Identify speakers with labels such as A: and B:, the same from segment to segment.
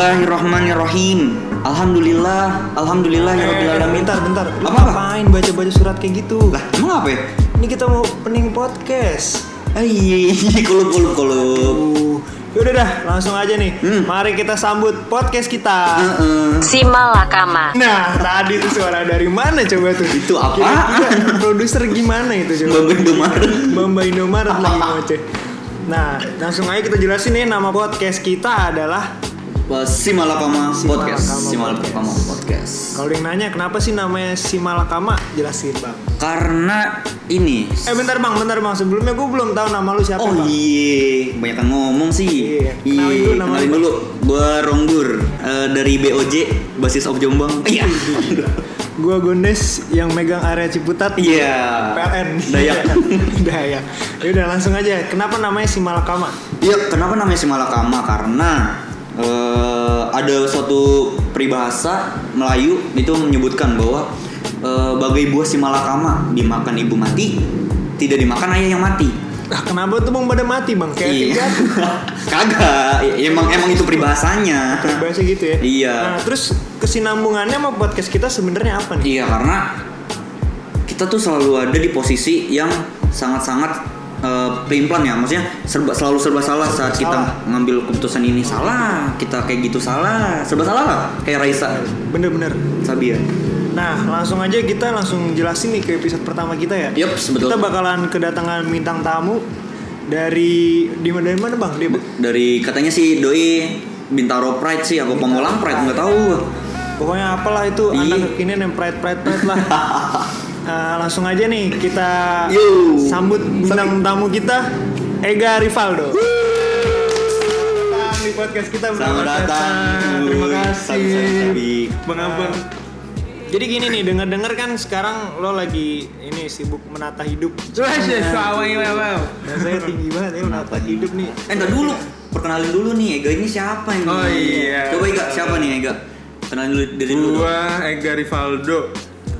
A: Bismillahirrahmanirrahim. Alhamdulillah, alhamdulillah ya
B: Eh.
A: rabbil alamin.
B: bentar, bentar. Lu
A: Apa, apa?
B: ngapain baca-baca surat kayak gitu?
A: Lah, emang apa ya?
B: Ini kita mau opening podcast.
A: Ah, iya, iya, kulup kulup kulup.
B: Uh, yaudah dah, langsung aja nih.
A: Hmm.
B: Mari kita sambut podcast kita.
A: Heeh.
C: Simalakama.
B: Nah, tadi tuh suara dari mana coba tuh?
A: Itu apaan?
B: Kira-kira Produser gimana itu coba?
A: Mbak Indomaret.
B: Bamba Indomaret lagi ngoceh. Nah, langsung aja kita jelasin nih nama podcast kita adalah
A: Simalakama podcast.
B: Simalakama
A: Simalakama podcast.
B: kalau yang nanya kenapa sih namanya Simalakama jelasin bang.
A: Karena ini.
B: Eh bentar bang, bentar bang sebelumnya gue belum tahu nama lu siapa
A: Oh
B: bang.
A: iya, kebanyakan ngomong sih.
B: Iya, kenalin dulu nama
A: kenalin
B: lu.
A: dulu. Gua Rongbur eh, dari BOJ, basis of Jombang. Iya.
B: Gue Gondes yang megang area Ciputat.
A: Iya.
B: PLN.
A: Dayak.
B: Dayak. Ya udah langsung aja. Kenapa namanya Simalakama?
A: Iya, kenapa namanya Simalakama? Karena eh, ada suatu peribahasa Melayu itu menyebutkan bahwa eh, bagai buah Simalakama dimakan ibu mati, tidak dimakan ayah yang mati.
B: Lah, kenapa tuh bang pada mati bang? Kayak tiga
A: Iya.
B: tuh.
A: Kagak, ya, emang emang itu peribahasanya.
B: Bahasa gitu ya.
A: Iya.
B: Nah, terus kesinambungannya sama podcast kita sebenarnya apa nih?
A: Iya, karena kita tuh selalu ada di posisi yang sangat-sangat eh, pelin-pelan ya maksudnya serba selalu serba salah saat kita
B: salah.
A: ngambil keputusan ini salah kita kayak gitu salah serba salah lah kayak Raisa
B: Bener-bener.
A: Sabia.
B: Nah, langsung aja kita langsung jelasin nih ke episode pertama kita ya.
A: Yup, betul.
B: Kita bakalan kedatangan bintang tamu dari di mana dari mana bang? Dia Bang?
A: Dari katanya sih doi Bintaro Pride sih, aku Pamulang Pride nggak tahu. gua.
B: Pokoknya apalah itu
A: Iya.
B: anak kekinian yang pride pride pride lah. Eh, langsung aja nih kita
A: Yo.
B: sambut bintang tamu kita Ega Rivaldo. Datang di podcast kita
A: Selamat
B: Bang.
A: datang.
B: Terima
A: Wuih,
B: kasih.
A: sabi-sabi.
B: Bang Abang. Jadi gini nih, dengar-dengar kan sekarang lo lagi ini sibuk menata hidup. Dan saya tinggi banget ya menata hidup nih. Oh,
A: Eh, entar dulu. Perkenalin dulu nih, Ega ini siapa ini?
D: Oh, iya.
A: Coba Ega siapa nih Ega? Kenalin dulu dari dulu.
D: Gua Ega Rivaldo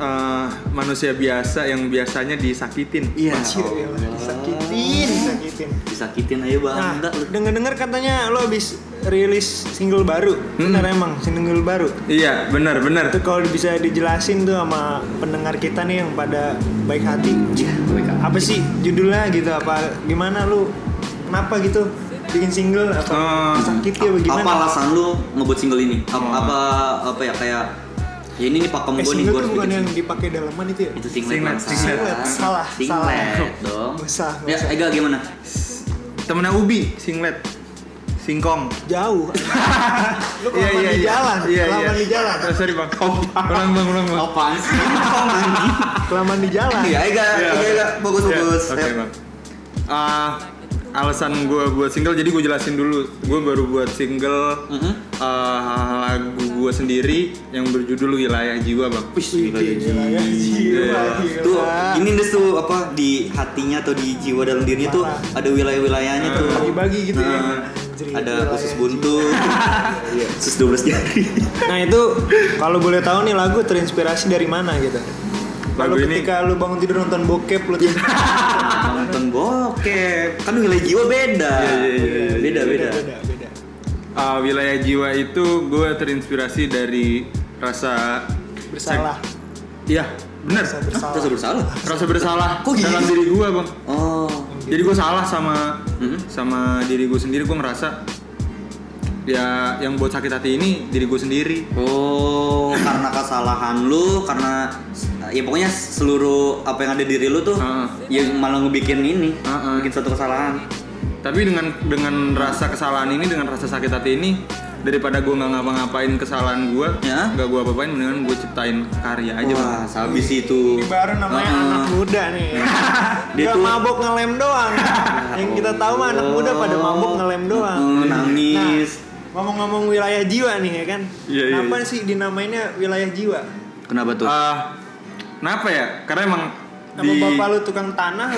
D: eh, manusia biasa yang biasanya disakitin.
A: Iya.
B: Anjir, ya Allah, Disakitin, disakitin.
A: Disakitin aja
B: Nah,
A: bangga lu.
B: denger-dengar katanya lo habis rilis single baru.
A: Hmm.
B: Benar emang single baru.
D: Iya, benar benar.
B: Itu kalau bisa dijelasin tuh sama pendengar kita nih yang pada baik hati.
A: Iya, Ega.
B: Apa sih judulnya gitu apa gimana lu? Kenapa gitu bikin single apa
D: Ah,
B: sakit ya
A: Eh, Apa
B: bagaimana? Oh.
A: alasan lu ngebuat single ini? Apa apa, apa ya kayak ya ini nih pakem gua
B: Eh,
A: nih
B: single
A: gua
B: tuh
A: harus
B: bukan
A: bikin
B: yang
A: single.
B: dipakai daleman itu ya?
A: itu singlet
D: Singlet,
A: bangsa.
D: singlet.
B: Salah,
A: singlet
B: salah.
A: dong.
B: Nggak usah, nggak
A: Ya,
B: usah.
A: Ega gimana?
D: Temennya Ubi, singlet, singkong.
B: Jauh. lu kelamaan di jalan,
D: Iya,
B: kelamaan
D: iya.
B: di jalan.
D: Oh, sorry bang. Ulang bang, ulang bang.
A: Apaan sih? Apaan?
B: Kelamaan di jalan.
A: Iya, Ega,
D: Iya.
A: Ega, Ega, bagus,
D: Iya,
A: bagus.
D: Oke bang. Ah, alasan gue buat single jadi gue jelasin dulu gue baru buat single
A: Mhm.
D: ah, lagu gue sendiri yang berjudul wilayah jiwa bang Iya.
A: Wih,
B: Wih,
A: gila ya, Ji.
B: gila ya, gila, gila.
A: Tuh, ini Des tuh apa di hatinya atau di jiwa dalam dirinya tuh
B: Parah.
A: ada wilayah-wilayahnya tuh.
B: Bagi-bagi gitu ya.
A: Nah,
B: Anjir,
A: ada
B: gila
A: khusus
B: ya,
A: buntu, khusus 12 jari.
B: Nah itu kalau boleh tahu nih lagu terinspirasi dari mana gitu? Lalu
D: Lagu ini-
B: ketika lu bangun tidur nonton bokep lu tidur.
A: Nonton bokep, kan wilayah jiwa beda.
D: Iya, iya, iya, iya.
A: Beda, beda.
B: beda, beda.
D: Uh, wilayah jiwa itu gue terinspirasi dari rasa
B: Bersalah.
D: iya bener
B: Rasa
A: Terus
B: bersalah.
A: bersalah.
D: rasa bersalah
A: Kok gitu?
D: dalam diri gue bang
A: Oh,
D: jadi gue salah sama
A: Mhm.
D: sama diri gue sendiri gue ngerasa ya yang buat sakit hati ini diri gue sendiri
A: oh, karena kesalahan lu, karena ya pokoknya seluruh apa yang ada di diri lu tuh
D: Heeh.
A: yang malah ngebikin ini,
D: Heeh.
A: bikin satu kesalahan.
D: tapi dengan dengan rasa kesalahan ini dengan rasa sakit hati ini daripada gue nggak ngapa-ngapain kesalahan gue
A: Ya.
D: nggak gue apa-apain mendingan gue ciptain karya aja bang
A: Wah, habis itu.
B: Nah, Ini baru namanya
A: Heeh.
B: anak muda nih.
A: Ah. Dia
B: Dia
A: tuh-
B: mabok ngelem doang. Yang kita tahu mah anak muda pada
A: Oh.
B: mabok ngelem doang.
A: Hmm, nangis.
B: Nah, ngomong-ngomong wilayah jiwa nih ya kan.
D: Iya, iya,
B: Kenapa
D: iya.
B: sih dinamainnya wilayah jiwa?
A: Kenapa tuh?
D: Ah, kenapa ya karena emang
B: Nama bapak lu tukang tanah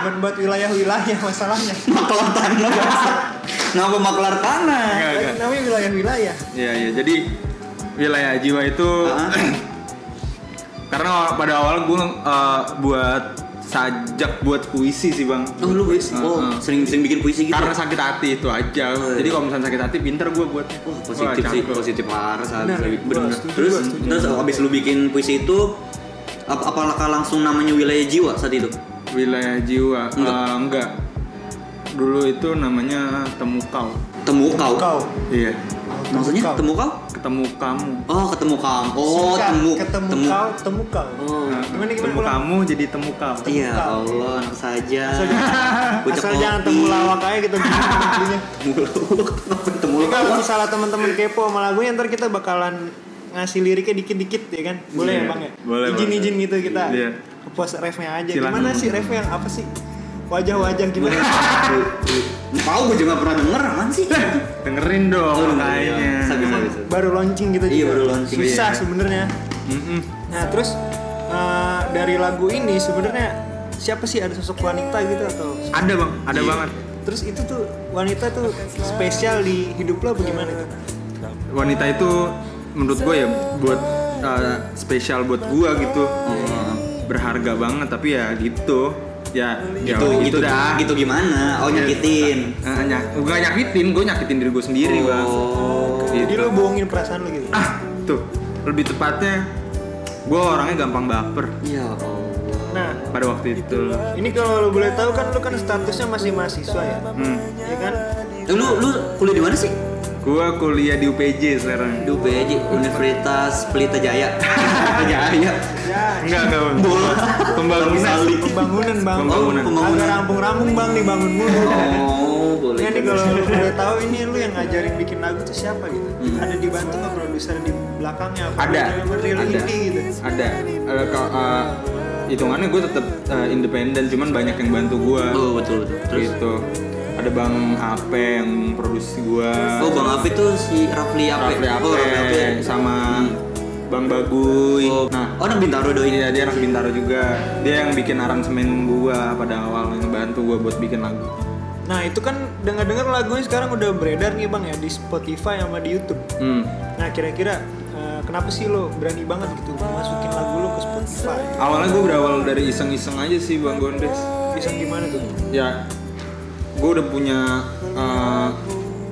B: bukan buat wilayah-wilayah masalahnya.
A: maklar tanah. Kenapa maklar tanah?
D: Enggak, enggak.
B: Namanya wilayah-wilayah.
D: Iya iya jadi wilayah jiwa itu
A: Heeh.
D: karena pada awal gue eh, buat sajak buat puisi sih bang
A: Oh lu puisi?
D: Heeh.
A: Oh sering-sering bikin puisi gitu?
D: karena sakit hati itu aja jadi kalau misalnya sakit hati pinter gue buat
A: Wah Oh, iya. positif
D: Ah,
A: sih, positif parah saat
B: Benar,
A: lagi-
B: gua
A: benar.
B: setuju,
A: Terus
B: gua setuju.
A: terus abis lu bikin puisi itu ap apakah langsung namanya wilayah jiwa saat itu?
D: wilayah jiwa Eh,
A: Enggak.
D: enggak. dulu itu namanya temu kau
A: Temu kau.
C: Kau.
D: iya
A: Maksudnya
C: Kau.
A: temu kau?
D: ketemu kamu
A: Oh ketemu kau. Oh
C: Singkat,
A: temu
C: ketemu kau, temu kau.
A: Oh.
D: Nah,
B: Gimana, gimana,
D: temu
B: ulang?
D: kamu jadi temu kau
A: Iya
C: Temu kau.
A: Allah anak saja. Ah. Bocah
B: Asal jangan
A: kopi.
B: temu lawak aja gitu. Ya kita bikinnya.
A: Temu lawak. Kenapa Temu
B: Jadi kalau
A: lawak.
B: misalnya kan, teman-teman kepo sama lagunya ntar kita bakalan ngasih liriknya dikit-dikit ya kan? Boleh
D: Iya,
B: ya Bang ya?
D: boleh,
B: Izin-izin
D: boleh.
B: gitu kita.
D: Iya.
B: Post refnya aja.
D: Silakan.
B: Gimana sih ref yang apa sih? Wajah-wajah gitu. gimana?
A: Kau gue juga nggak pernah denger apaan sih?
D: dengerin dong
A: Oh,
D: makanya
A: iya. Sabi, sabi, sabi.
B: baru launching gitu
A: Iya,
B: juga.
A: baru launching,
B: Susah
A: iya.
B: sebenarnya.
D: Mm-mm.
B: Nah, terus eh, dari lagu ini sebenarnya siapa sih ada sosok wanita gitu atau
D: ada bang ada
A: Iya.
D: banget
B: terus itu tuh wanita tuh spesial di hidup lo bagaimana itu?
D: wanita itu menurut gue ya buat eh, spesial buat gue gitu
A: Iya.
D: berharga banget tapi ya gitu ya ya
A: Itu gitu
D: gitu dah
A: Gitu gimana? Oh nyakitin.
D: Eh, nyak- gue nyakitin gue nyakitin diri gue sendiri bang
A: Oh.
B: Jadi
D: gitu.
B: lo bohongin perasaan lo gitu.
D: ah tuh lebih tepatnya gue orangnya gampang baper
A: Ya Allah.
B: Nah,
D: pada waktu itu
B: Ini kalau lo boleh tahu kan lo kan statusnya masih mahasiswa ya,
D: hmm.
B: ya kan?
A: Eh, Lu lu kuliah di mana sih?
D: gue kuliah di UPJ sekarang
A: Duh, BJ Universitas Pelita Jaya. Pelita Jaya.
B: Ya,
D: enggak enggak Bang. pembangunan
B: pembangunan bang.
D: Pembangunan.
B: Agak rampung-rampung bang nih bangun mulu.
A: Oh, boleh.
B: Ini nih kalau lo boleh tahu ini lo yang ngajarin bikin lagu tuh siapa gitu? Ada dibantu nggak produser di belakangnya? Apa
D: Hmm. ada
B: dia real
D: ada
B: indie gitu?
D: ada Eh, kalau eh, hitungannya gue tetap eh, independen cuman banyak yang bantu gue
A: Oh, betul betul. Terus
D: gitu ada bang HP yang produksi gue
A: Oh, Bang Api tuh si Rafli Ape.
D: Rafli
A: Oh, Rafli Ape.
D: Ape sama bang Baguy
A: Oh,
D: nah
A: oh, anak Bintaro doi.
D: Iya dia anak Bintaro juga. Dia yang bikin aransemen gua pada awal ngebantu gua buat bikin lagu.
B: Nah itu kan dengar-dengar lagunya sekarang udah beredar nih bang ya di Spotify sama di YouTube.
D: Hmm.
B: Nah kira-kira eh, kenapa sih lo berani banget gitu masukin lagu lo ke Spotify?
D: Awalnya gua berawal dari iseng-iseng aja sih Bang Gondes.
B: Bisa gimana tuh?
D: Ya gua udah punya eh,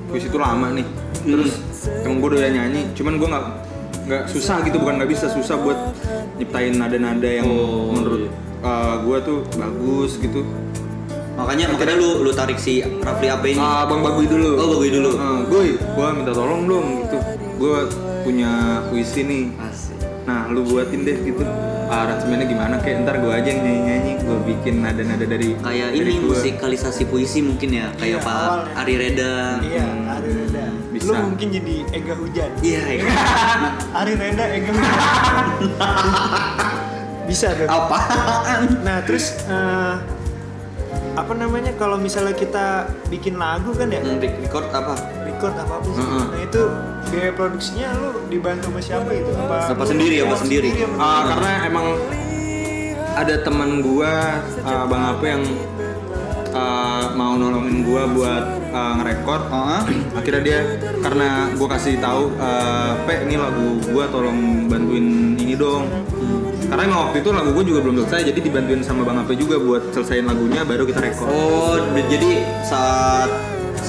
D: puisi itu lama nih.
A: Hmm.
D: Terus emang gua udah nyanyi, cuman gua nggak nggak susah gitu bukan nggak bisa susah buat nyiptain nada-nada yang
A: Oh,
D: menurut eh, gua tuh bagus gitu.
A: Makanya makanya lu lu tarik si Rafli Ape ini.
D: Ah, Bang Baguy dulu.
A: Oh, Baguy dulu.
D: Eh, Guy, gua minta tolong dong gitu. Gua punya puisi nih.
A: Asik.
D: Nah, lu buatin deh gitu. Ah, Aransemennya gimana kayak ntar gua aja yang nyanyi-nyanyi, gua bikin nada-nada dari
A: Kayak
D: dari
A: ini
D: gua.
A: musikalisasi puisi mungkin ya, kayak
B: Iya,
A: Pak
B: awalnya.
A: Ari Reda.
B: Iya, Ari Reda.
D: Bisa.
B: Lu mungkin jadi Ega Hujan.
A: Iya. iya.
B: Ari Reda, Ega Hujan. Bisa tuh.
A: Apaan?
B: Nah, terus eh, apa namanya kalau misalnya kita bikin lagu kan ya,
A: Hmm, Record apa?
B: record apapun sih.
D: Heeh.
B: Nah, itu biaya produksinya lu dibantu sama siapa gitu? Apa,
A: Apa
B: lu
A: sendiri, apa
B: keluar
A: sendiri?
B: apa
D: Ah, karena emang ada teman gua ah, Bang Ape yang ah, mau nolongin gua buat ah, ngerekord.
A: Heeh.
D: Akhirnya dia karena gua kasih tahu ah, Pe ini lagu gua tolong bantuin ini dong. Karena emang waktu itu lagu gua juga belum selesai jadi dibantuin sama Bang Ape juga buat selesaiin lagunya baru kita rekord.
A: Oh, d- jadi saat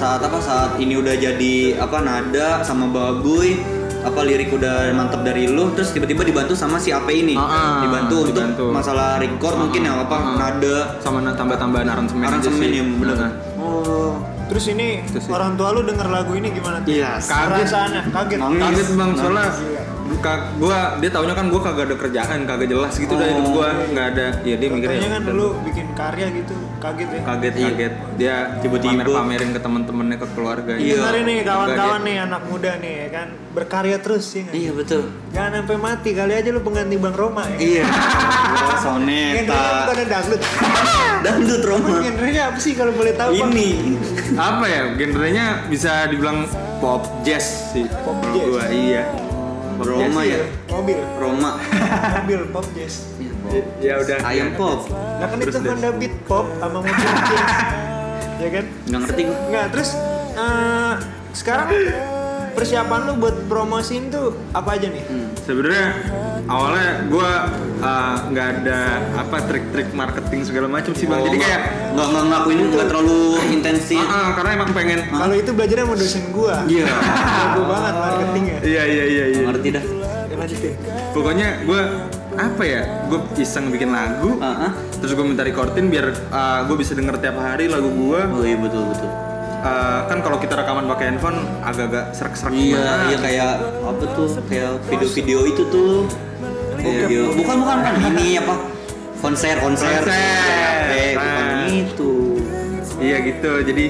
A: saat apa saat ini udah jadi apa nada sama baguy apa lirik udah mantap dari lu terus tiba-tiba dibantu sama si AP ini
D: Ah, ah,
A: dibantu,
D: dibantu.
A: untuk masalah record mungkin ya apa
D: ah.
A: nada
D: Sama na- tambah-tambahan aransemen aja
A: aransemen
D: sih.
A: ya bener
D: Nah,
B: Oh, terus ini
D: Itu sih.
B: orang tua lu denger lagu ini gimana tuh?
A: Iya,
D: kaget.
B: Perasaannya, kaget.
A: Nangis.
D: kaget bang soalnya
B: Gila.
D: ka- gua dia taunya kan gua kagak ada kerjaan kagak jelas gitu dah hidup gua nggak ada ya dia mikirnya
B: Contohnya
D: ya
B: kan
D: udah.
B: lu bikin karya gitu, kaget ya.
D: kaget
A: Iya.
D: kaget dia
A: Tiba-tiba.
D: pamer pamerin ke teman-temannya ke keluarganya
A: Iya.
B: Dengerin nih kawan-kawan
D: Enggak,
B: nih anak muda nih ya kan berkarya terus ya nggak?
A: iya betul
B: Jangan sampai mati kali aja lu pengganti Bang Roma ya.
A: iya Wah,
B: Genrenya kan bukan
A: soneta
B: ada dangdut.
A: dangdut Roma
D: Iya,
B: Genrenya apa sih kalau boleh tahu Bang?
A: ini
D: dia- apa ya genrenya bisa dibilang pop jazz sih
B: Pop
D: menurut
B: jazz.
D: gua iya Pop jazz.
A: Roma ya
B: iya. Mobil,
A: Roma Iya,
B: mobil pop jazz.
D: I- ya udah
A: ayam pop
B: Nah kan
D: Terus
B: itu
D: deh.
B: Honda Beat pop sama mobil jazz. ya kan?
A: nggak ngerti gue
B: Nggak, terus eh, sekarang persiapan lu buat promosiin tuh apa aja nih?
D: Hmm. sebenarnya awalnya gue uh, nggak ada apa trik-trik marketing segala macam sih bang jadi kayak
A: nggak nggak ngelakuin nggak terlalu intensif.
D: "Ah, ah," karena emang pengen
B: Kalau itu belajarnya sama dosen gua.
A: Iya.
B: Jago banget marketing ya.
D: iya iya iya iya
A: Ngerti dah.
B: Ya, lanjutin.
D: pokoknya gue apa ya gue iseng bikin lagu
A: Ah, ah.
D: terus gue minta recordin biar gue bisa denger tiap hari lagu gue
A: Oh iya betul betul.
D: kan kalau kita rekaman pakai handphone agak-agak serak-serak
A: Iya
D: gimana.
A: iya kayak apa tuh kayak video-video itu tuh. Video. Bukan bukan kan ini apa konser konser.
D: Konser.
A: Eh bukan
D: Nah.
A: itu.
D: Iya gitu, jadi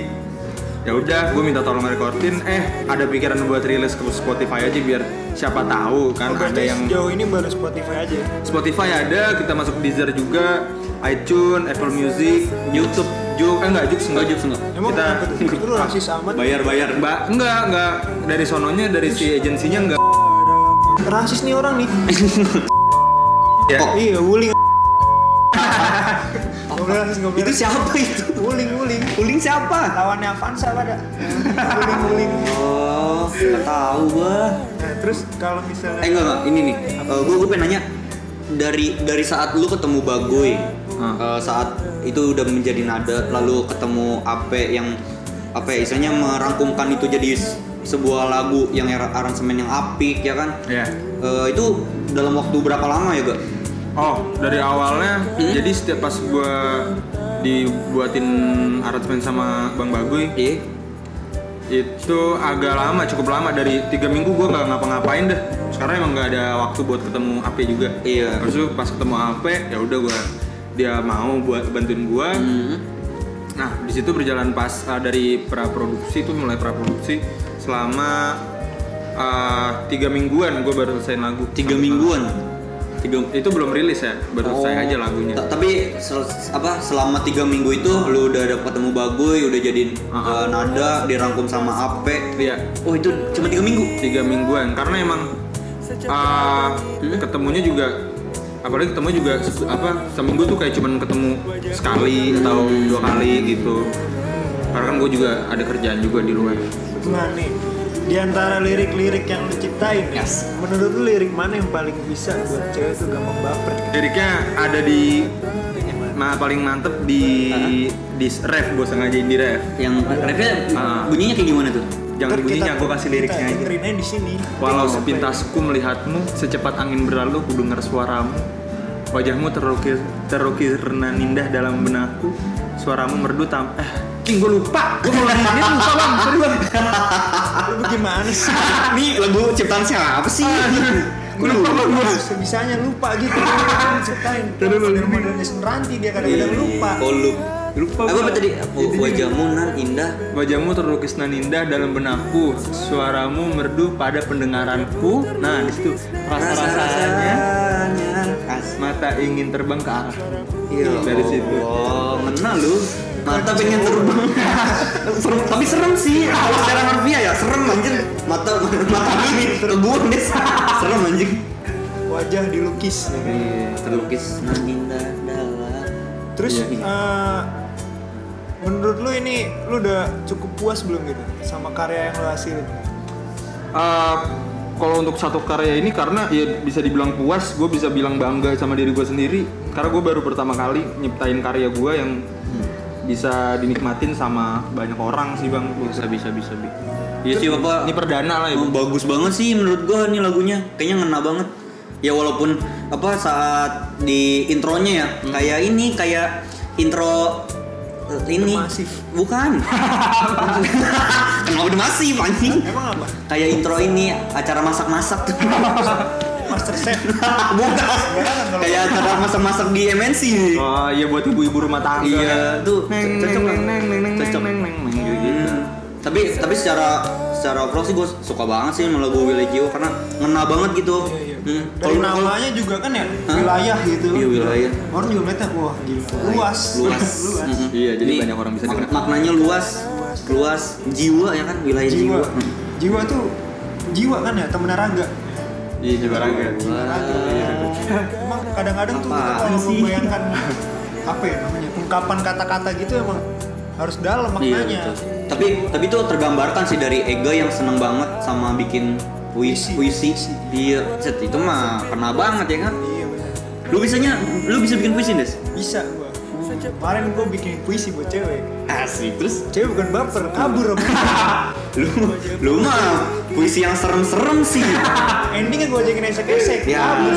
D: ya udah gue minta tolong recordin eh ada pikiran buat rilis ke Spotify aja biar siapa tahu
B: Oh,
D: kan ada
B: berarti
D: yang
B: sejauh ini baru Spotify aja. ya?
D: Spotify ada kita masuk Deezer juga iTunes Apple Music YouTube juga eh, enggak Jux enggak Jux enggak
B: Emang
D: kita
B: kenapa tuh? Lu rasis amat.
A: Bayar bayar.
D: Mbak enggak enggak dari sononya dari si agensinya enggak
B: Rasis nih orang nih.
D: ya
A: Kok?
B: iya, wuling. Gak boleh rasis, gak boleh
A: Itu
B: rasis.
A: siapa itu?
B: Wuling, wuling.
A: Kuling siapa?
B: Lawannya Avanza pada. wuling, wuling.
A: Oh nggak tahu gua.
B: Nah, terus kalau misalnya
A: Eh enggak enggak, ini nih. gue gue pengen nanya dari dari saat lu ketemu Bagoy,
D: Hmm.
A: eh, saat itu udah menjadi nada, lalu ketemu Ape yang Ape istilahnya merangkumkan itu jadi s- sebuah lagu yang era- aransemen yang apik ya kan?
D: ya
A: Eh, itu dalam waktu berapa lama ya, Gak?
D: oh dari awalnya
B: Hmm?
D: jadi setiap pas gue dibuatin aransemen sama Bang Baguy
A: Iya.
D: itu agak lama cukup lama dari tiga minggu gue nggak ngapa-ngapain deh sekarang emang nggak ada waktu buat ketemu AP juga
A: Iya.
D: terus tuh pas ketemu AP ya udah gue dia mau buat bantuin gue
A: Mm-hmm.
D: nah di situ berjalan pas uh, dari praproduksi itu mulai praproduksi selama uh, tiga mingguan gue baru selesai lagu
A: Tiga
D: Sama-
A: mingguan. Tiga
D: itu belum rilis ya baru selesai
A: Oh.
D: aja lagunya
A: Ta- tapi sel- apa selama tiga minggu itu lu udah ada ketemu Bagoy, udah jadi
D: Ah.
A: eh, nada, dirangkum sama Ape.
D: iya
A: Oh itu cuma tiga minggu?
D: tiga mingguan karena emang ah,
B: ya.
D: ketemunya juga apalagi ketemu juga se- apa seminggu tuh kayak cuman ketemu sekali atau dua kali gitu karena kan gue juga ada kerjaan juga di luar
B: Nah nih, di antara lirik-lirik yang lu ciptain, nih,
A: Yes.
B: menurut lu lirik mana yang paling bisa buat cewek tuh gampang baper?
D: liriknya ada di nah paling mantep di di ref gue sengajain di ref
A: yang refnya
D: Ah.
A: bunyinya kayak gimana tuh?
D: jangan
B: Ntar
D: bunyinya
B: kita-
D: gue kasih liriknya
B: kita
D: aja
B: dengerin aja di sini.
D: Walau
B: Tengok
D: sepintasku melihatmu, secepat angin berlalu ku dengar suaramu. Wajahmu terukir terukir renan indah dalam benakku. Suaramu merdu tam eh Cing gue lupa, gue mau nyanyiin lupa bang, sorry bang
B: apa ya. Lu gimana sih?
A: Ini lagu ciptaan siapa sih?
B: Gue lupa Sebisanya lupa gitu. Ceritain.
D: Tunggu, tunggu. Iya.
B: Modernnya seranti dia
A: Iya,
B: kadang-kadang lupa.
A: Kolub.
D: Lupa
A: Apa
D: gua.
A: tadi? Wa- Wajahmu nan indah.
D: Wajahmu terlukis nan indah dalam benakku Suaramu merdu pada pendengaranku Nah disitu rasa-rasanya
A: Asma.
D: Mata ingin terbang ke arah
A: Iya.
D: Dari situ
A: Oh, ngena lu. Mata pengen terbang. Serem- tapi serem sih. Kalau secara harfiah ya serem anjir. Mata mata ini terbuang deh. Serem anjing.
B: Wajah dilukis. ya kan?
A: Iya, Terlukis nan indah dalam.
B: Terus
A: Iya, iya.
B: eh, menurut lu ini lu udah cukup puas belum gitu sama karya yang lu hasilin?
D: Eh, kalau untuk satu karya ini karena ya bisa dibilang puas, gue bisa bilang bangga sama diri gue sendiri karena gue baru pertama kali nyiptain karya gue yang bisa dinikmatin sama banyak orang sih bang. Bisa bisa bisa bisa.
A: Iya sih, Bapak.
D: Ini perdana lah ya.
A: Oh,
D: Bang.
A: bagus banget sih menurut gua nih lagunya. Kayaknya ngena banget. Ya walaupun apa saat di intronya ya
D: Hmm.
A: kayak ini kayak intro eh, ini
B: Demasif.
A: bukan kenapa demasif anjing
B: Emang apa?
A: kayak intro ini acara masak-masak tuh
B: Master Chef.
A: bukan kayak acara masak-masak di MNC nih.
D: Oh iya buat ibu-ibu rumah tangga.
A: Iya, tuh
D: Neng neng
A: cocok lah.
D: neng neng neng neng
A: Cocok.
D: neng neng neng gitu.
A: Hmm. Tapi tapi secara secara overall sih gue suka banget sih sama lagu Willegio karena ngena banget gitu.
B: Iya, iya.
A: Hmm.
B: Dari
A: Kalau- kalau-
B: namanya juga kan ya
A: Hah?
B: wilayah gitu.
A: Iya, wilayah.
B: Orang juga ngeliatnya wah gila. Luas.
A: luas, Hmm.
B: Luas.
A: Mm-mm.
D: Iya, jadi banyak orang bisa
A: mak-
D: dengar.
A: maknanya luas luas jiwa ya kan wilayah
B: Jiwa.
A: jiwa,
B: Jiwa tuh jiwa kan ya temennya raga.
D: Iya juga raga. iya,
B: Emang kadang-kadang tuh kita
A: Iya. Apaan
B: kalau
A: sih?
B: membayangkan apa ya namanya ungkapan kata-kata gitu emang harus dalam
A: Iya,
B: maknanya.
A: betul. tapi tapi itu tergambarkan sih dari Ega yang seneng banget sama bikin puisi puisi dia set itu mah kena banget ya kan
B: Iya bener.
A: lu bisanya lu bisa bikin puisi des
B: Bisa gua. Kemarin gua bikin puisi buat cewek.
A: asik terus
B: Cewek bukan baper, kabur. Om.
A: lu lu mah puisi yang serem-serem sih
B: Endingnya gua ajakin esek-esek.
A: ya
B: kabur.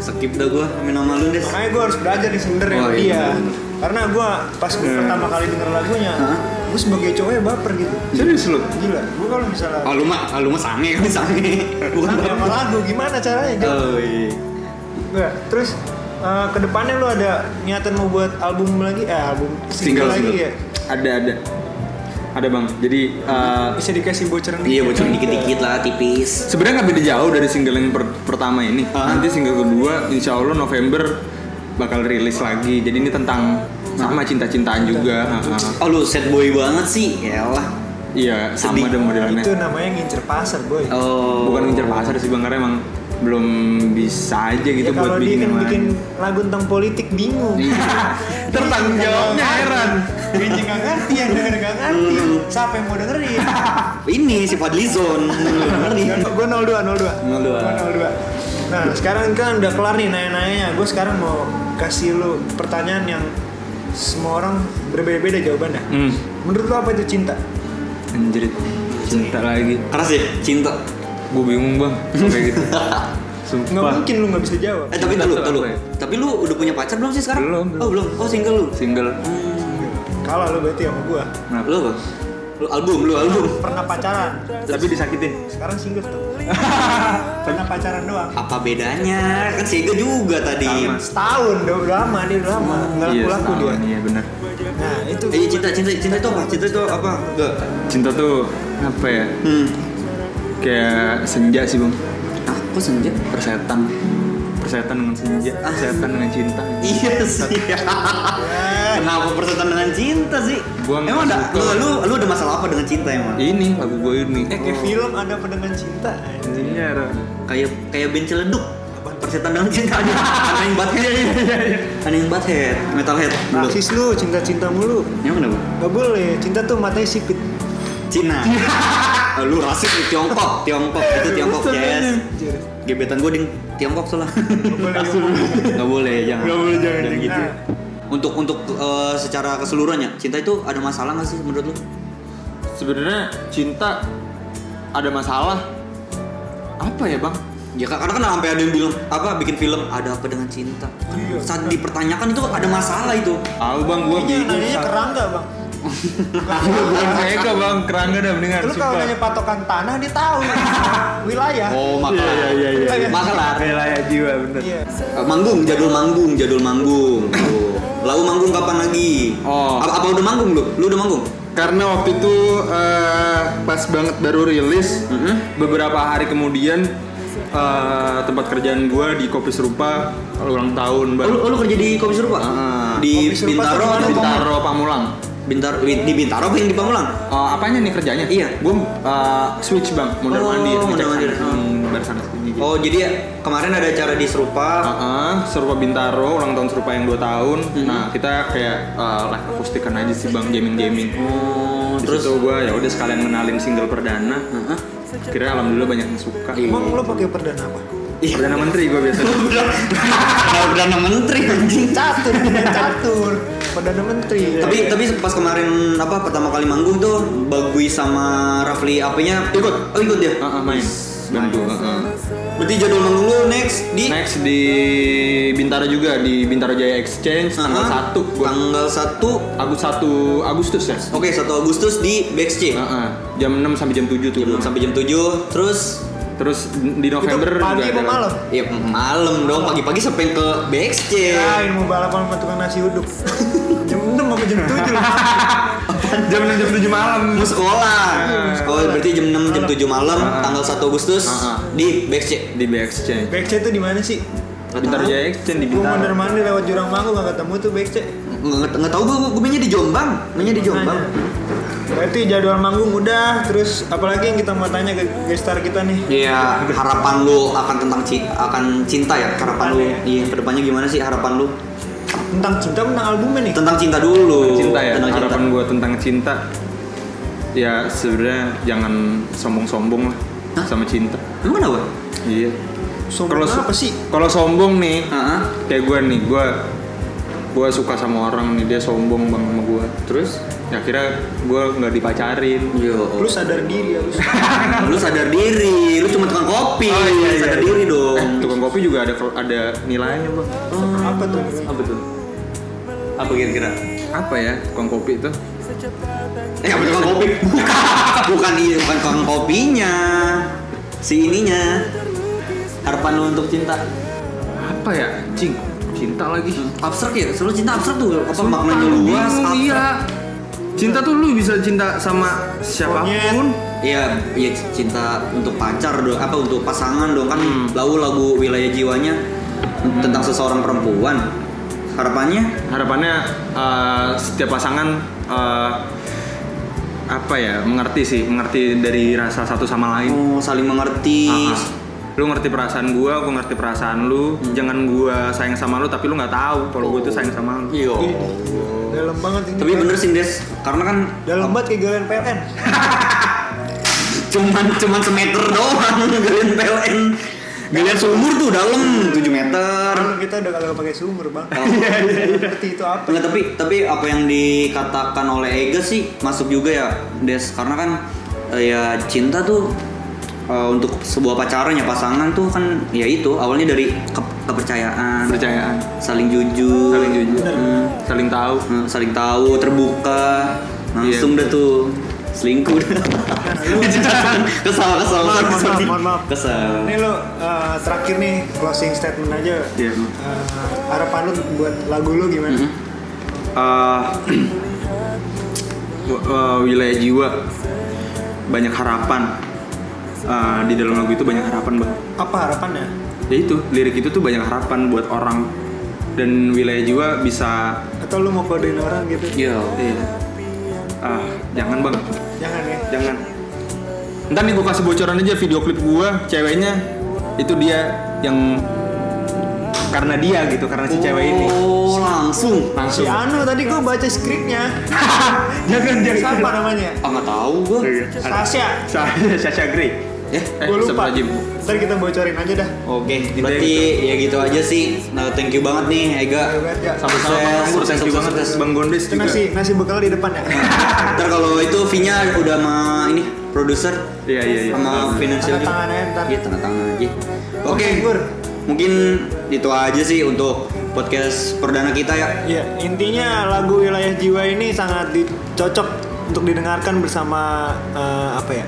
A: skip dah gua main sama lu des
B: Makanya gue harus belajar nih sebenernya
A: Oh,
B: sama
A: iya,
B: dia.
A: bener-bener.
B: Karena gue pas gue pertama kali denger lagunya,
A: Hah?
B: gue sebagai cowok ya baper gitu.
D: Serius lu?
B: Gila, gue kalau misalnya
A: Oh, lu mah, ah, lu mah sange kan sange. Bukan
B: Nanya sama lagu gimana caranya? Jok?
A: Oh, iya.
B: Nggak. Terus eh, kedepannya lu ada niatan mau buat album lagi? Eh album single,
D: Single,
B: lagi
D: single.
B: ya?
D: Ada ada. Ada bang. Jadi eh,
B: Bisa dikasih bocoran
A: Iya bocor dikit-dikit lah tipis.
D: sebenarnya nggak beda jauh dari single yang per- pertama ini.
A: Ah.
D: Nanti single kedua, insya Allah November bakal rilis lagi. Jadi ini tentang sama cinta-cintaan juga. Ah, ah.
A: Oh lu sad boy banget sih. Ya Yalah.
D: Iya, sama
A: Sedih.
D: ada modelannya.
B: Itu namanya ngincer pasar boy.
A: Oh.
D: Bukan ngincer pasar sih bang, karena emang belum bisa aja gitu
B: ya,
D: buat
B: kalau dia
D: bikin
B: kan
D: yang lain.
B: bikin lagu tentang politik bingung.
D: Tertanggung jawabnya heran.
B: Bingung gak ngerti, yang denger gak ngerti. Siapa yang mau dengerin?
A: Ini si Fadlizon. Ngeri.
B: gue 02 02
D: 02.
B: Gua 02 nah sekarang kan udah kelar nih nanya-nanya gue sekarang mau kasih lu pertanyaan yang semua orang berbeda-beda jawabannya
D: Hmm,
B: menurut lu apa itu cinta
D: anjrit. Cinta lagi.
A: Keras ya cinta.
D: Gue bingung bang, kayak gitu.
B: nggak
D: Sumpah.
B: mungkin lu nggak bisa jawab
A: Eh tapi
D: Cinta
A: dulu,
D: tuh
A: dulu.
D: apa ya?
A: Tapi lu udah punya pacar belum sih sekarang?
D: Belum, belum.
A: Oh, belum. Oh, single lu.
D: Single.
B: kalah lu berarti sama gue
D: Kenapa?
A: Lu apa? Lu album, lu album.
B: pernah pacaran
D: Tapi disakitin.
B: sekarang single tuh pernah pacaran doang
A: Apa bedanya? Kan single juga tadi.
D: Sama.
B: setahun udah udah lama dia udah lama nggak laku laku dia
D: Iya. setahun, Iya benar.
B: nah itu
A: Eh, cinta, cinta, cinta itu apa? Cinta itu apa? Enggak.
D: Cinta tuh apa ya?
A: Hmm.
D: Kayak senja sih bang.
A: Aku senja.
D: Persetan. Persetan dengan senja.
A: Ah.
D: Persetan dengan cinta.
A: Iya sih.
B: Eh,
A: Kenapa persetan dengan cinta sih?
D: Gua
A: emang ada
D: nggak
A: lu,
D: suka.
A: lu lu ada masalah apa dengan cinta emang?
D: Ini lagu gue ini.
B: eh kayak film ada pendengar cinta eh.
D: Iya. Ra.
A: Kayak kayak band celeduk. Persetan dengan cinta aja. Aneh
D: Iya,
A: banget. Aneh banget. Metalhead. Dulu.
B: Rasis lu, cinta-cinta mulu
A: Emang kenapa?
B: Gak boleh, cinta tuh matanya sipit
A: Cina. Eh, lu rasis di Tiongkok, Tiongkok itu Tiongkok yes. Gebetan gue di Tiongkok soalnya. Gak boleh jangan.
B: Nggak boleh, jangan, jangan.
A: gitu. Untuk untuk eh, secara keseluruhannya, cinta itu ada masalah nggak sih menurut lu?
D: Sebenarnya cinta ada masalah. Apa ya bang?
A: Ya Kak, karena kan sampai ada yang bilang apa bikin film ada apa dengan cinta. Kan
B: Iya.
A: saat dipertanyakan itu ada masalah itu.
D: Tahu bang gue.
B: Ini nanyanya
D: iya.
B: kerangga bang
D: Bukan mega bang, kerangga dah mendengar.
B: Lu kalau
D: sumpah.
B: nanya patokan tanah dia tahu wilayah
A: Oh,
D: Iya
A: makalah.
D: iya iya. iya.
A: Makalah.
D: Relaya jiwa bener.
B: Iya
A: Eh, manggung, jadul manggung, jadul manggung. Tuh. Lau manggung kapan lagi?
D: Oh.
A: Apa, apa udah manggung lu? Lu udah manggung?
D: Karena waktu itu eh, pas banget baru rilis,
A: Mhm.
D: beberapa hari kemudian eh, tempat kerjaan gua di kopi serupa ulang
A: Oh,
D: tahun baru.
A: lu, oh, lu kerja di kopi serupa?
D: Ah.
A: Di
B: Kopi Serupa
A: Bintaro
B: tuh
A: apa di
B: di
A: Pamulang?
D: Bintaro Pamulang.
A: Bintar di Bintaro apa yang di Pamulang?
D: Eh, apanya nih kerjanya?
A: Iya.
D: Gua eh, switch bang, mondar
A: Oh,
D: mandir,
A: mondar
D: ngecek
A: mandir.
D: sana, hmm, dari sana sini. gitu.
A: Oh, jadi ya, kemarin ada acara di Serupa.
D: Ah, ah, serupa Bintaro, ulang tahun serupa yang 2 tahun.
A: Mhm.
D: Nah, kita kayak eh, live akustikan aja sih bang, jamming-jamming.
A: Oh,
D: Di
A: terus
D: situ gua ya udah sekalian ngenalin single perdana.
A: Heeh.
D: Kira alhamdulillah banyak yang suka.
A: Iya.
D: Iya.
B: Emang lu pakai perdana apa?
A: Ih,
D: Perdana Menteri gue biasanya.
A: Nah, Perdana Menteri anjing.
B: Catur, dia catur Perdana Menteri
A: Tapi tapi pas kemarin apa pertama kali manggung tuh Bagui sama Rafli apanya ikut. Oh, ikut dia.
D: Ah, ah, main. Bantu. ah, ah.
A: Berarti jadwal manggung lu next di
D: Next di Bintaro juga di Bintaro Jaya Exchange tanggal
A: Aha.
D: 1 gua.
A: Tanggal 1
D: Agus 1 Agustus ya.
A: Oke, 1 Agustus di BXC.
D: Ah, ah. jam 6 sampai jam 7 tuh.
A: Jam enam sampai jam 7. Terus
D: Terus di November
B: Itu pagi apa
D: juga ada.
B: malam?
A: ya malam dong pagi-pagi sampai ke BXC.
B: Kirain Ya, mau balapan sama tukang nasi uduk Jam 6 sama jam 7
D: jam 6 jam 7 malam.
A: Mau sekolah. Sekolah berarti jam 6 jam 7 malam
D: Ah.
A: tanggal 1 Agustus
D: Ah, ah.
A: di BXC.
D: Di Jaya Exchange.
B: BXC tuh di mana sih?
D: Bintaro Jaya Exchange di
B: Gue
D: Bintaro.
B: mondar mandir lewat jurang manggung gak ketemu tuh BXC
A: Nggak nggak tahu gue, gue mainnya di Jombang, mainnya di Jombang.
B: Berarti jadwal manggung udah, terus apalagi yang kita mau tanya ke gestar kita nih
A: Iya, harapan lu akan tentang ci- akan cinta ya, harapan lu. Iya, kedepannya gimana sih harapan lu?
B: Tentang cinta, tentang albumnya nih
A: Tentang cinta dulu.
D: Cinta ya.
A: Tentang cinta.
D: Harapan gue tentang cinta. ya sebenarnya jangan sombong-sombong lah
A: Hah?
D: sama cinta
A: Emang kenapa?
D: iya
B: Sombong
D: so-
B: apa sih?
D: kalau sombong nih
A: Heeh.
D: kayak gue nih gue gue suka sama orang nih dia sombong bang sama gue terus ya akhirnya gue nggak dipacarin
A: Yo.
B: Lu sadar diri harus.
A: lu sadar diri, lu cuma tukang kopi. sadar diri dong.
D: Eh, tukang kopi juga ada ada nilainya bang
B: apa tuh?
A: Apa tuh? Apa kira-kira?
D: apa ya tukang kopi itu
A: Eh, apa tukang kopi? Bukan. bukan iya, bukan tukang kopinya. Si ininya. Harapan lu untuk cinta.
D: apa ya cing cinta lagi
A: Abstrak ya? Selalu cinta abstrak tuh. Apa
D: Sumpah,
A: maknanya luas?
D: lu bingung,
A: abstrak.
D: iya cinta tuh lu bisa cinta sama siapapun
A: Iya, iya cinta untuk pacar dong, apa untuk pasangan dong kan lalu lagu wilayah jiwanya tentang seseorang perempuan. Harapannya
D: harapannya eh, setiap pasangan eh, apa ya mengerti sih mengerti dari rasa satu sama
A: oh,
D: lain
A: saling mengerti.
D: Ah, ah. lu ngerti perasaan gua, gua ngerti perasaan lu. Jangan gua sayang sama lu tapi lu nggak tahu kalau gua itu sayang sama lu.
A: Yo.
B: Dalam banget ini.
A: Tapi bener sih Des, karena kan
B: Dalam banget kayak galian PLN.
A: cuman cuman semeter doang galian PLN. Galian sumur tuh dalam 7 meter.
B: Karena kita udah kalau pakai sumur, Bang. Iya,
A: Oh.
B: Seperti itu apa?
A: Enggak, tapi tapi apa yang dikatakan oleh Ega sih masuk juga ya Des karena kan eh, ya cinta tuh eh, untuk sebuah pacaran ya pasangan tuh kan ya itu awalnya dari ke- kepercayaan
D: Percayaan,
A: saling jujur
D: saling jujur, saling tahu.
A: Hmm, saling tahu terbuka langsung dah
D: Iya.
A: tuh selingkuh dah. kesal kesal
B: Mohon maaf,
A: kesal
B: mohon maaf.
A: kesal
B: Ini lo eh, terakhir nih closing statement aja.
D: Iya.
B: Eh, harapan lu buat lagu lu gimana?
D: Mhm.
A: Mm-mm.
D: Eh, w- eh, wilayah jiwa banyak harapan. Eh, di dalam lagu itu banyak harapan, Bang.
B: Apa harapannya?
D: Ya itu, lirik itu tuh banyak harapan buat orang dan wilayah jiwa bisa
B: Atau lu mau kodein orang gitu?
A: Yo.
D: eh, ah, jangan, Bang.
B: Jangan ya.
D: jangan ntar nih gue kasih bocoran aja video klip gue ceweknya itu dia yang karena dia gitu karena si cewek ini
A: oh langsung
B: Si
D: langsung
B: Anu tadi gua baca skripnya.
D: jangan
B: Siapa namanya?
A: ah nggak tahu gua
D: Iya,
B: Sasha.
D: Sasha Sasha Grey
A: ya
D: eh
B: Gua lupa.
D: Jim
B: Ntar kita bocorin aja dah.
D: oke gitu
A: Berarti ya
D: ya
A: gitu aja sih. Nah, thank you banget nih Ega.
B: Ayo, Bet, ya.
D: gitu. sama-sama Bang
A: Sukses,
D: Anggur thank you
A: sukses,
D: banget
A: sukses.
D: Bang Gondes
B: Itu
D: juga
B: nasi nasi bekal di depan ya.
A: Ntar kalau itu V-nya udah sama ini produser
D: iya iya iya
A: sama financial
B: Tanda tangan aja ntar.
A: Iya, tanda tangan aja. Oke,
B: Oke, Gur.
A: mungkin itu aja sih untuk podcast perdana kita ya.
B: Iya, intinya lagu Wilayah Jiwa ini sangat di- cocok untuk didengarkan bersama eh, apa ya?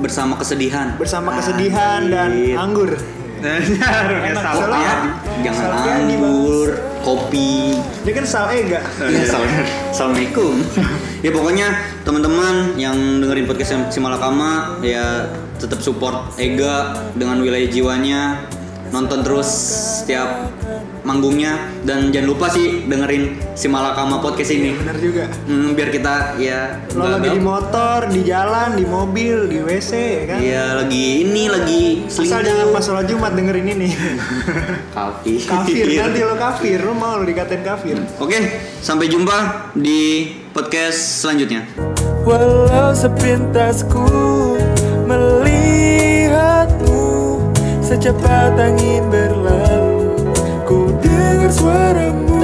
A: Bersama kesedihan.
B: Bersama kesedihan dan
A: Anjir.
B: anggur.
D: ya
B: Enak,
D: salah
A: Kopi ya, jangan
B: Salah lagi, Bang.
A: anggur, kopi.
B: Dia kan sal ega.
A: Ya, assalamualaikum. Assalamualaikum. ya pokoknya teman-teman yang dengerin podcast Simalakama ya tetap support Ega dengan wilayah jiwanya. Nonton terus setiap manggungnya dan jangan lupa sih dengerin Simalakama podcast ini.
B: Benar juga.
A: Hmm, biar kita ya
B: Lo
A: nggak-
B: lagi di motor, di jalan, di mobil, di WC ya kan?
A: Iya, lagi ini lagi
B: Asal jangan
A: selingkuh.
B: pas sholat Jumat dengerin ini.
A: Kafir.
B: kafir, nanti lo kafir, lo mau lo dikatain kafir.
A: Oke, sampai jumpa di podcast selanjutnya.
C: Walau sepintasku melihatmu Secepat angin berlalu Ku dengar suaramu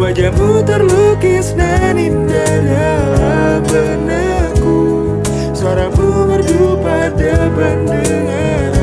C: Wajahmu terlukis dan indah dalam benakku Suaramu merdu pada pendengaran